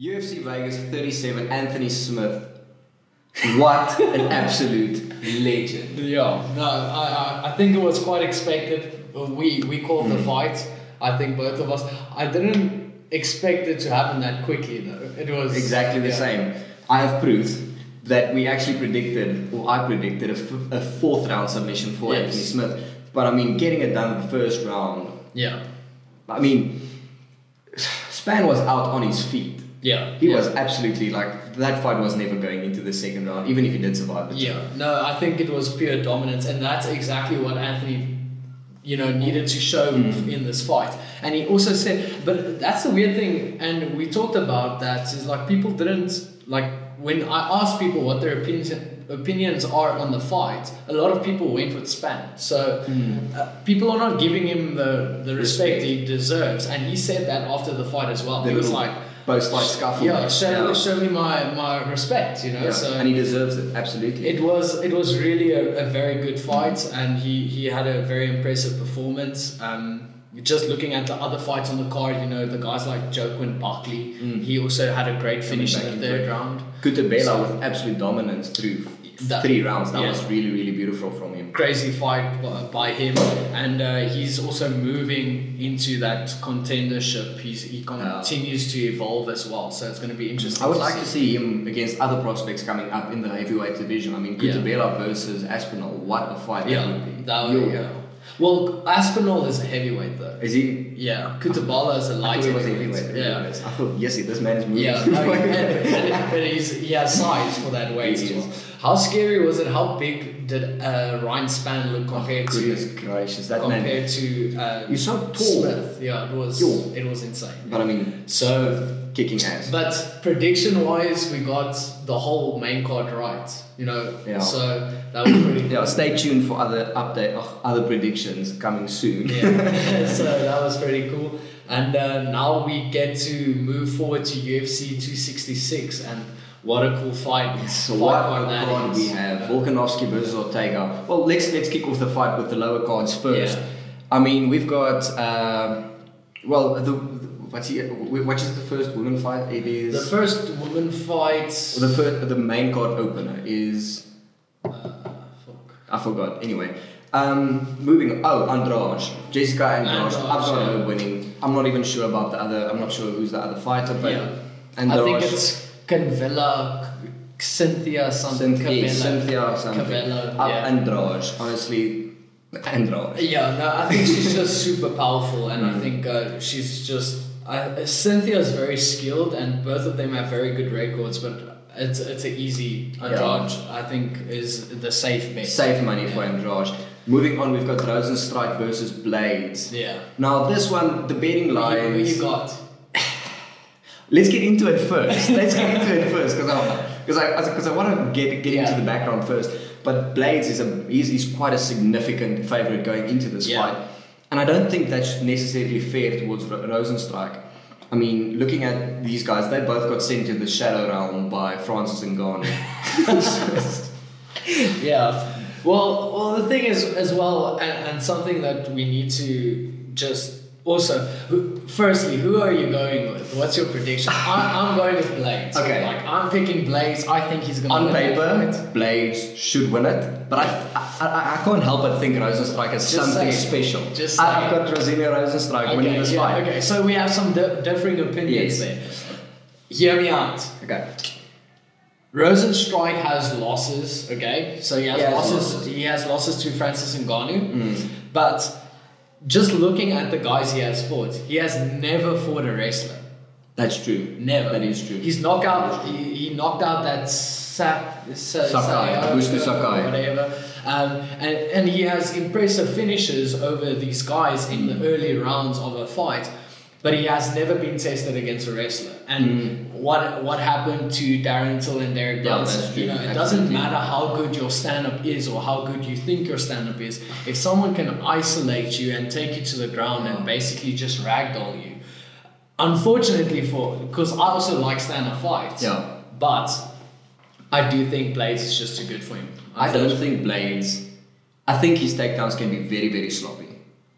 UFC Vegas 37, Anthony Smith. What an absolute legend. Yeah, no, I, I, I think it was quite expected. We we called Mm. the fight. I think both of us. I didn't expect it to happen that quickly though. It was Exactly the yeah. same. I have proof that we actually predicted, or I predicted, a, f- a fourth round submission for Yes. Anthony Smith. But I mean, getting it done in the first round, Yeah, I mean, Span was out on his feet. yeah. He yeah. was absolutely like, that fight was never going into the second round, even if he did survive the Yeah, no, I think it was pure dominance, and that's exactly what Anthony, you know, needed to show Mm. in this fight. And he also said, but that's the weird thing, and we talked about that is like people didn't like when I asked people what their opinions opinions are on the fight. A lot of people went with Span, so uh, Mm. people are not giving him the the respect, he deserves. And he said that after the fight as well. The he was little like. post-fight scuffle. Yeah, show, Yeah. show me my, my respect, you know. Yeah, So and he deserves it, absolutely. it was it was really a, a very good fight, and he, he had a very impressive performance. Um, just looking at the other fights on the card, you know, the guys like Joaquin Barkley, he also had a great finish in Mm. back the into third it. round. Kutabela with absolute dominance through That- three rounds. That yeah. was really, really beautiful from him. Crazy fight by, by him, and uh, he's also moving into that contendership. He's, he continues to evolve as well, so it's going to be interesting. I would to like see. to see him against other prospects coming up in the heavyweight division. I mean, Yeah. Kutabela versus Aspinall, what a fight that yeah, would be. that would, Yo. yeah. Well, Aspinall is a heavyweight though. Is he? Yeah, Kutabala is a I light thought he was a heavyweight. heavyweight. Yeah. I thought, yes, this man is moving. Yeah, I mean, and- and- but he's, he has size for that weight He as well. is. How scary was it? How big did uh, Ryan Span look compared to Oh, Goodness gracious, that man. compared to uh, He's so tall. Smith? Yeah, it was Yo. it was insane. But I mean, So, kicking ass. but prediction wise, we got the whole main card right. You know, Yeah. so that was pretty. yeah, stay tuned for other update, oh, other predictions coming soon. yeah. so that was pretty cool. And uh, now we get to move forward to UFC 266, and what a cool fight! So Fight what card that card is. we have? Yeah. Volkanovski versus Ortega. Well, let's let's kick off the fight with the lower cards first. Yeah. I mean, we've got uh, well, the what's he, which is the first women fight? It The is first woman fights. the first, the main card opener is uh, Fuck. I forgot. Anyway, um, moving. Oh, Andrade, Jessica Andrade. Andrade, I've got yeah. her winning. I'm not even sure about the other. I'm not sure who's the other fighter, but Yeah. Andrade. I think it's Canvella, Cynthia something. Cynthia, Cavella. Cynthia or something. Uh, Cavella, Up yeah. Andrade, honestly, Andrade. Yeah, no, I think she's just super powerful, and I think uh, she's just. I, Cynthia's very skilled, and both of them have very good records, but it's it's an easy Andrade, I think, is the safe bet. Save money for Andrade. Moving on, we've got Rosenstrike versus Blades. Yeah. Now this one, the betting Who, who lines. you got? Let's get into it first. Let's get into it first, because I, because I, because I want to get get Yeah. into the background first. But Blades is a he's, he's quite a significant favorite going into this Yeah. fight, and I don't think that's necessarily fair towards Ro- Rosenstrike. I mean, looking at these guys, they both got sent to the shadow realm by Francis Ngannou. yeah. Well, well, the thing is, as well, and, and something that we need to just also, who, firstly, who are you going with? What's your prediction? I, I'm going with Blades. Okay. Like I'm picking Blades. I think he's gonna On win that fight. paper, Blades should win it, but I, I, I, I can't help but think Rosenstrike is Just something say it. special. Just I- I've say got Rosinio Rosenstrike winning this yeah, fight. Okay, so we have some di- differing Yes. opinions there. Hear me out. Okay. Rosenstrike has losses, okay? So he has, He has losses, losses. Mm. He has losses to Francis Ngannou. But just looking at the guys he has fought, he has never fought a wrestler. That's true. Never. That is true. He's knocked out. He, he knocked out that Sa- Sa- Sakai, Augusto Sakai. whatever. Um, and, and he has impressive finishes over these guys in Mm. the early rounds of a fight, but he has never been tested against a wrestler. And what what happened to Darren Till and Derek Mm. Yeah, Brunson? that's true. You know, it doesn't Absolutely. matter how good your stand up is or how good you think your stand up is. If someone can isolate you and take you to the ground and basically just ragdoll you, unfortunately for because I also like stand up fights. Yeah. But I do think Blades is just too good for him. I don't think Blades. I think his takedowns can be very, very sloppy.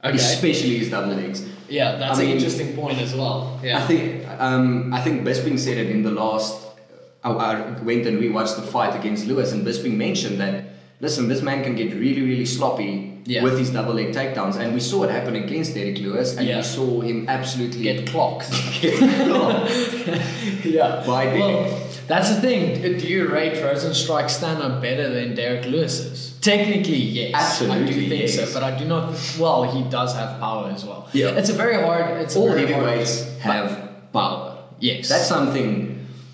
Okay. Especially his double legs. Yeah, that's I an mean- interesting point as well. Yeah. I think um, I think Bisping said it in the last. I, I went and rewatched the fight against Lewis, and Bisping mentioned that. Listen, this man can get really, really sloppy Yeah. with his double leg takedowns, and we saw it happen against Derek Lewis, and Yeah. we saw him absolutely get clocked. get clocked. yeah. By Derek. Well, that's the thing. D- Do you rate Rosenstrike stand up better than Derek Lewis's? Technically, yes. I do Absolutely, think yes. so, but I do not. Well, he does have power as well. Yeah. It's a very hard. It's a All very hard- heavyweights have power. Yes. That's something.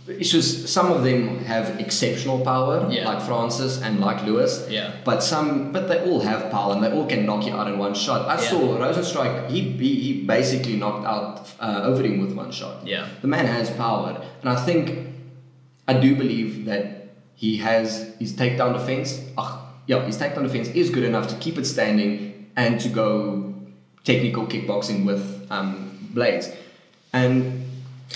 It's just some of them have exceptional power, Yeah. like Francis and like Lewis. Yeah. But some, but they all have power and they all can knock you out in one shot. I Yeah. saw Rosenstrike. He he he basically knocked out uh, over him with one shot. Yeah. The man has power, and I think I do believe that he has his takedown defense. Ah, yeah, his takedown defense is good enough to keep it standing and to go technical kickboxing with um, blades. And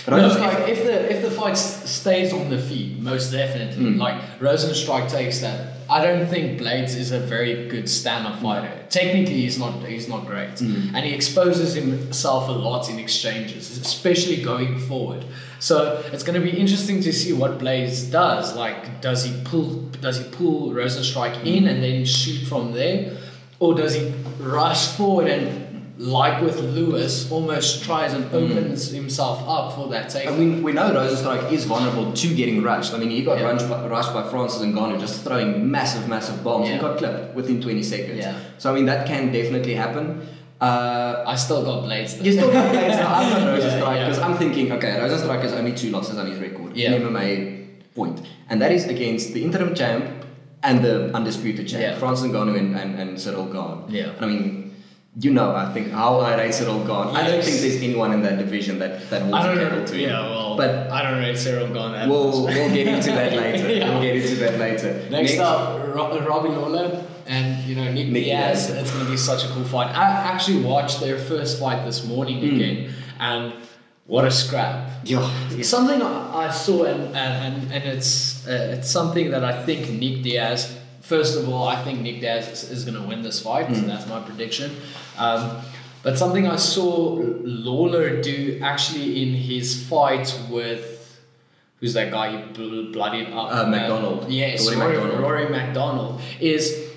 No, Rosenstrike- like if the if the fight s- stays on the feet, most definitely. Like Rosenstrike takes that. I don't think Blades is a very good stand-up fighter. Technically, he's not he's not great, and he exposes himself a lot in exchanges, especially going forward. So it's going to be interesting to see what Blades does. Like, does he pull does he pull Rosenstrike in and then shoot from there, or does he rush forward and? Like with Lewis, almost tries and opens himself up for that take. I mean, we know Rosenstrike is vulnerable to getting rushed. I mean, he got Yeah. rushed, by, rushed by Francis and Garner just throwing massive, massive bombs. Yeah. He got clipped within 20 seconds. Yeah. So, I mean, that can definitely happen. Uh, I still got blades. Though. you still got players that I've got Yeah, Rosenstrike because yeah. I'm thinking, okay, Rosenstrike has only two losses on his record Yeah. in MMA point, and that is against the interim champ and the undisputed champ, Yeah. Francis Ngannou and, and, and Cyril Gane. Yeah. And I mean, you know, I think how I rate Cyril Gane. I don't Yes. think there's anyone in that division that that I will don't be know. able to. Yeah, well, but I don't know if Cyril gone that. We'll, much. we'll get into that later. Yeah. We'll get into that later. Next, up, Ro- Robbie Lawler and you know Nick, Nick Diaz. Diaz. It's going to be such a cool fight. I actually watched their first fight this morning Hmm. again, and what a scrap! Yeah. yes. Something I I saw, and and, and, and it's uh, it's something that I think Nick Diaz. First of all, I think Nick Diaz is, is going to win this fight. Mm. So that's my prediction. Um, but something I saw Lawler do actually in his fight with who's that guy he bl- bloodied up? Uh, McDonald. yes, Rory Rory, McDonald. Rory McDonald is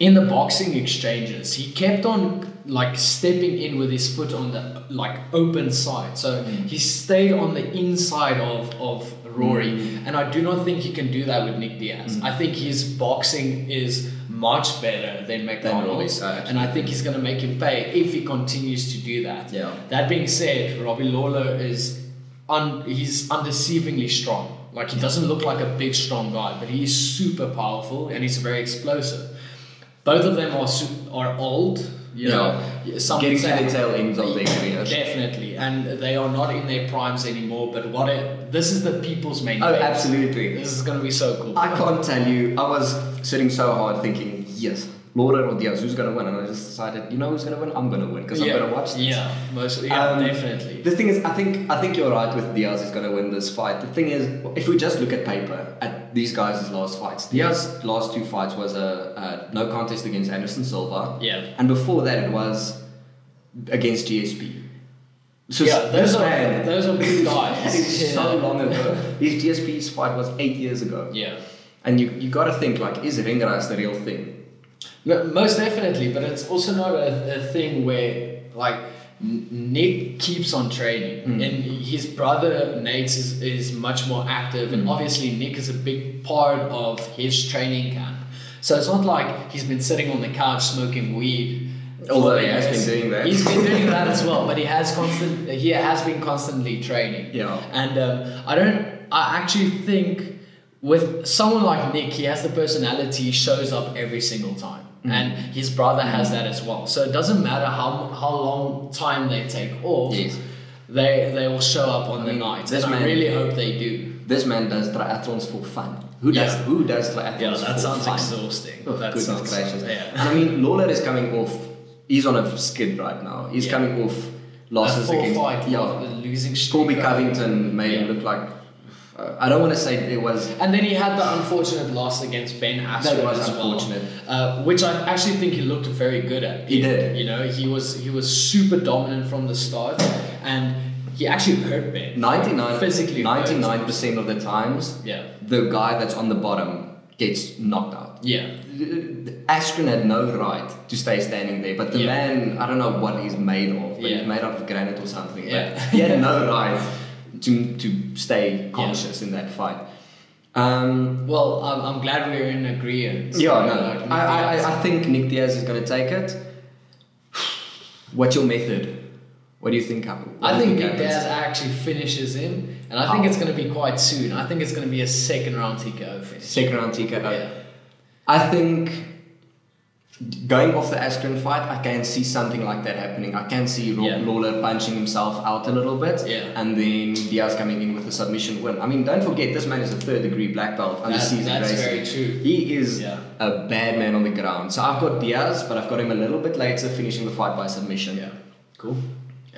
in the boxing exchanges. He kept on like stepping in with his foot on the like open side, so he stayed on the inside of of Rory, and I do not think he can do that with Nick Diaz. I think his boxing is much better than McDonald's, Rory's, uh, and I think he's going to make him pay if he continues to do that. Yeah. That being said, Robbie Lawler is un- he's undeceivingly strong. Like he doesn't look like a big strong guy, but he is super powerful and he's very explosive. Both of them are su- are old, you Yeah. know. Some Getting would to say- the tail ends of their careers. Definitely, and they are not in their primes anymore. But what a, this is the people's main. Oh, event. absolutely. This is gonna be so cool. I can't tell you. I was sitting so hard thinking, yes, Laura or Diaz, who's going to win? And I just decided, you know who's going to win? I'm going to win because yeah. I'm going to watch this. Yeah, mostly. Yeah, Um, definitely. The thing is, I think I think you're right with Diaz is going to win this fight. The thing is, if we just look at paper at these guys' last fights, Diaz's last two fights was a, a no contest against Anderson Silva, Yeah. and before that it was against GSP. So yeah, this those are man, those are big guys. that is Yeah. so long ago. His GSP's fight was eight years ago, Yeah. and you you got to think like, is Ringaras the real thing? No, most definitely, but it's also not a, a thing where like N- Nick keeps on training, Hmm. and his brother Nate is, is much more active, Hmm. and obviously Nick is a big part of his training camp. So it's not like he's been sitting on the couch smoking weed. for Although he years. has been doing that. he's been doing that as well. But he has constant, he has been constantly training. Yeah. And um, I don't. I actually think with someone like Nick, he has the personality. He shows up every single time, Mm. and his brother has that as well. So it doesn't matter how how long time they take off. Yes. They they will show up on the mean, night, this and I man- really hope they do. This man does triathlons for fun. Who does Yeah. who does triathlons Yeah, for that sounds fun? exhausting. Oh, that goodness sounds gracious. yeah. And I mean, Lawler is coming off. He's on a skid right now. He's Yeah. coming off A losses four against fight, yeah. losing streak. Colby right? Covington made Yeah. him look like uh, I don't want to say there was. And then he had the unfortunate loss against Ben Askren That was as well, unfortunate. uh, which I actually think he looked very good at. He did. You know, he was he was super dominant from the start, and he actually hurt Ben. 99 physically hurt. 99% of the times Yeah, the guy that's on the bottom gets knocked out yeah, Askren had no right to stay standing there, but the Yeah. man, I don't know what he's made of, but Yeah. he's made out of granite or something. Yeah. But he had no right to, to stay conscious in that fight. Um, Well, I'm, I'm glad we're in agreement. yeah, Like, no, I, I, I- I think Nick Diaz is going to take it. What's your method? What do you think happens? I think Nick Diaz actually finishes him, and I think How? it's going to be quite soon. I think it's going to be a second round TKO finish. Second round TKO. Yeah. I think going off the Askren fight, I can see something like that happening. I can see Raw- Yeah. Lawler punching himself out a little bit, Yeah. and then Diaz coming in with a submission win. I mean, don't forget this man is a third degree black belt under That- Cesar that's Gracie. very true. He is Yeah. a bad man on the ground. So I've got Diaz, but I've got him a little bit later, finishing the fight by submission. Yeah, cool.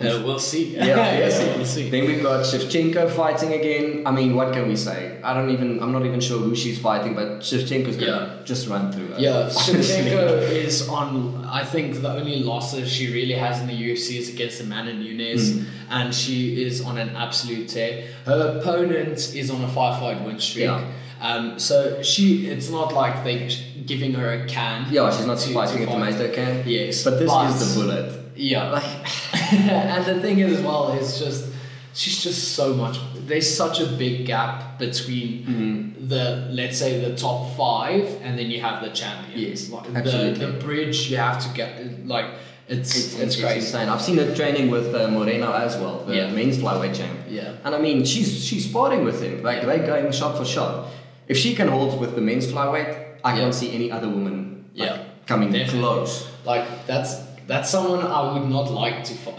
Uh, we'll see. Yeah, yeah. we'll see. Then we've got Shevchenko fighting again. I mean, what can we say? I don't even. I'm not even sure who she's fighting, but Shevchenko's gonna Yeah. just run through her. Yeah, Honestly. Shevchenko is on. I think the only losses she really has in the UFC is against Amanda Nunes, Hmm. and she is on an absolute tear. Her opponent is on a five-fight win streak. Yeah. Um, so she, it's not like they giving her a can. Yeah, she's not to- fighting to a fight. tomato can. Yes, but this but- is the bullet. Yeah. Like, and the thing is as well is just she's just so much there's such a big gap between the let's say the top five and then you have the champion Yes, like absolutely. the, the bridge you have to get like it's it's, crazy insane. I've seen her training with uh, Moreno as well, the Yeah. men's flyweight champ. Yeah. and I mean, she's she's sparring with him. Like they're going shot for shot. If she can hold with the men's flyweight, I Yeah. can't see any other woman like, Yeah. coming Definitely. close. like that's that's someone I would not like to fight.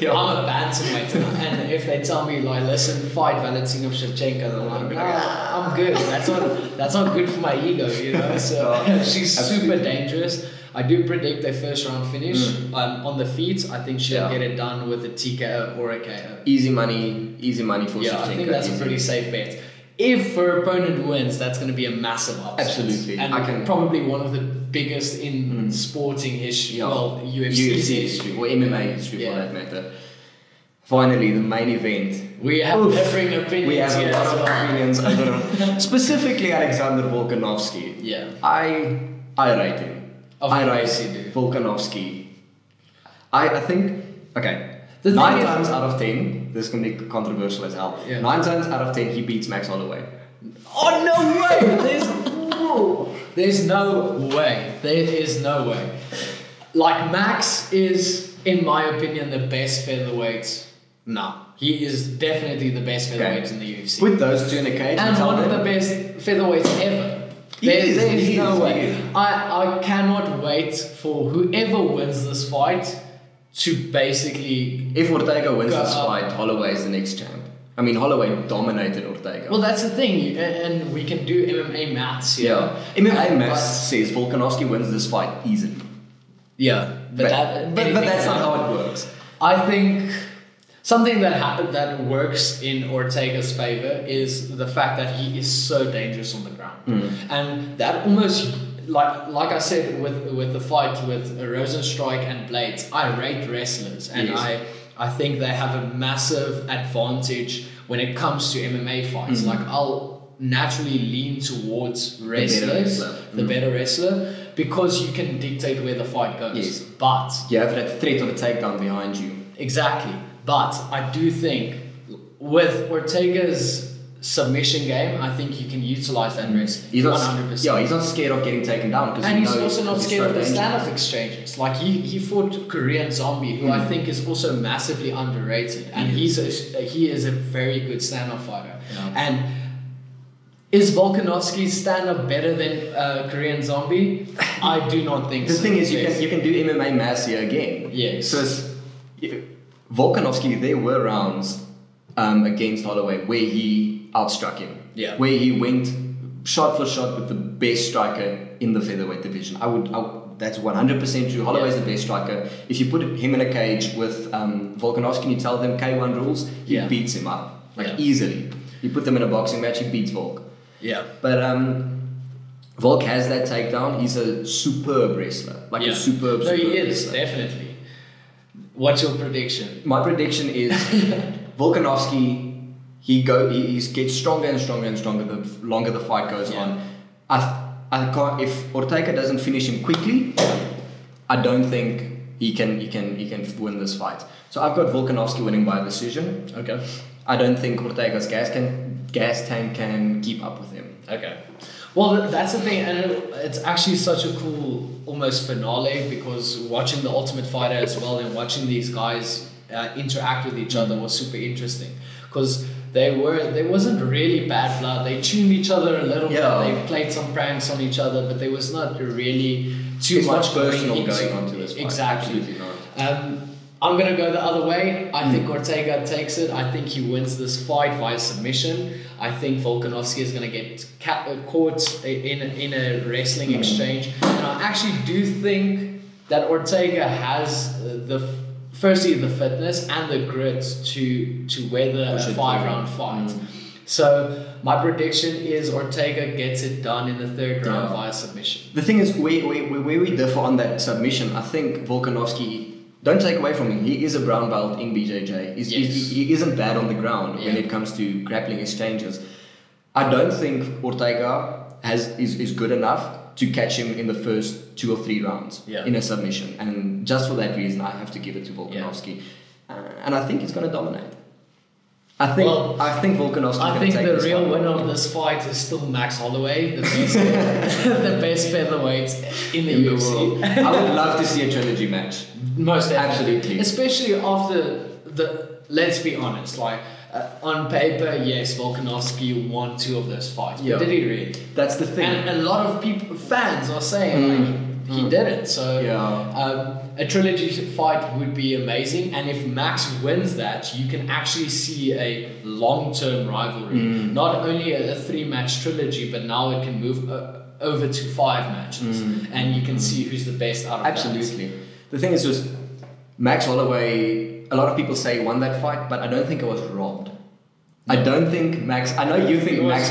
Yeah. I'm a bantamweight, and if they tell me like, listen, fight Valentina Shevchenko, then I'm like, nah, I'm good. That's not that's not good for my ego, you know. So Yeah, she's super absolutely. Mm. dangerous. I do predict their first round finish um, on the feet. I think she'll Yeah. get it done with a TKO or a KO. Easy money, easy money for Yeah, Shevchenko. I think that's a easy. pretty safe bet. If her opponent wins, that's going to be a massive upset. Absolutely. and I can- Hmm. probably one of the biggest in sporting history. Yeah. Well, UFC, UFC history or MMA history Yeah. for that matter. Finally, the main event. We have Oof. differing opinions. We have here a lot as of well. opinions over specifically Alexander Volkanovski. Yeah. I I rate him. Of I rate course you do. Volkanovski. I, I think okay. The thing Nine is- times out of ten, this can be controversial as hell. Yeah. Nine times out of ten, he beats Max Holloway. Oh no way! There's there's no way. There is no way. Like Max is, in my opinion, the best featherweight. No, he is definitely the best featherweight in the UFC. Put those two in a cage and, and tell one of them, the best featherweights ever. He There- is, there's he no is, he way. is. I, I cannot wait for whoever wins this fight to basically if Ortega wins Go this up. fight, Holloway is the next champ. I mean, Holloway dominated Ortega. Well, that's the thing, you- a- and we can do MMA maths here. yeah, MMA And- Max but- says Volkanovski wins this fight easily. yeah, but, that, but, but anything that's not like- how it works. I think something that happened that works in Ortega's favor is the fact that he is so dangerous on the ground, and that almost like like I said with with the fight with Rosenstrike and Blades, I rate wrestlers, and Yes. I I think they have a massive advantage when it comes to MMA fights. Like I'll naturally lean towards wrestlers, wrestler. the better wrestler, because you can dictate where the fight goes. Yes. But You have that threat of a takedown behind you. Exactly. But I do think with Ortega's submission game, I think you can utilize that risk. Mm. He's not, 100%. Yeah, he's not scared of getting taken down because and he he's knows also not he's scared of the so dangerous. stand-up exchanges. Like he, he fought Korean Zombie, who Mm. I think is also massively underrated, and he's a, he is a very good stand-up fighter. Yeah. And is Volkanovski's stand-up better than uh, Korean Zombie? I do not think The so. thing is, you Yes. can you can do MMA mass here again. Yes. So it's you- Volkanovski. There were rounds um, against Holloway where he outstruck him. Yeah. Where he went shot for shot with the best striker in the featherweight division. I would. I would that's 100% true. Holloway's Yeah. the best striker. If you put him in a cage with um, Volkanovski and you tell them K1 rules, he Yeah. beats him up like Yeah. easily. You put them in a boxing match, he beats Volk. Yeah. But um, Volk has that takedown. He's a superb wrestler, like yeah. a superb. No, he superb is wrestler. definitely. What's your prediction? My prediction is Volkanovski. He go. He, he's gets stronger and stronger and stronger the longer the fight goes Yeah. on. I th- I can't. If Ortega doesn't finish him quickly, I don't think he can. He can. He can win this fight. So I've got Volkanovski winning by decision. Okay. I don't think Ortega's gas can gas tank can keep up with him. Okay. Well, th- that's the thing, and it- it's actually such a cool, almost finale because watching the Ultimate Fighter as well and watching these guys uh, interact with each other was super interesting because they were there wasn't really bad blood. They tuned each other a little Yeah. bit. They played some pranks on each other, but there was not really too It's much not personal into- going on to this fight. Exactly. Absolutely not. Um, I'm going to go the other way. I think Ortega takes it. I think he wins this fight via submission. I think Volkanovski is going to get ca- uh, caught i- in a, in a wrestling exchange. And I actually do think that Ortega has uh, the f- firstly the fitness and the grit to to weather Push a it five through. Mm. round fight. So my prediction is Ortega gets it done in the third round Yeah. via submission. The thing is, where, where, where where we differ on that submission, I think Volkanovski, don't take away from him, he is a brown belt in BJJ. He's, Yes. he's- he, he isn't bad on the ground when Yeah. it comes to grappling exchanges. I don't think Ortega has, is, is good enough to catch him in the first two or three rounds Yeah. in a submission. And just for that reason, I have to give it to Volkanovski. Uh, and I think he's going to dominate. I think, Well, I think Volkanovski's I going to think take the this real one. winner of this fight is still Max Holloway, the best, the best featherweight in the in the UFC. world. I would love to see a trilogy match. Most definitely. Absolutely. Especially after the, let's be honest, like uh, on paper, yes, Volkanovski won two of those fights. Yeah. But did he really? That's the thing. Hmm. And uh, a lot of people, fans are saying like, he did it. So Yeah. um, a trilogy fight would be amazing. And if Max wins that, you can actually see a long-term rivalry. Hmm. Not only a, a three-match trilogy, but now it can move uh, over to five matches, and you can see who's the best out of that. Hmm. Absolutely. The thing is just Max Holloway. A lot of people say he won that fight, but I don't think I was robbed. I don't think Max. I know you think He was Max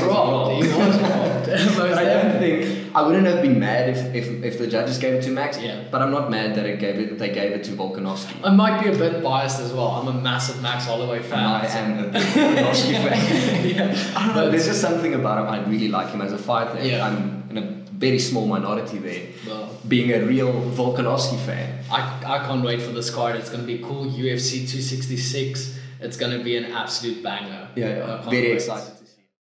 was robbed. He robbed. was robbed. Most But I don't definitely. think I wouldn't have been mad if, if, if the judges gave it to Max. Yeah. But I'm not mad that it gave it. They gave it to Volkanovski. I might be a bit biased as well. I'm a massive Max Holloway fan. And I so- am a big Volkanovski fan. yeah. I don't know. There's just something about him. I really like him as a fighter. Yeah. I'm in a very small minority there. Well, Being a real Volkanovski fan. I, I can't wait for this card. It's going to be cool. UFC 266. It's going to be an absolute banger. Yeah. I yeah. can't Very wait. excited.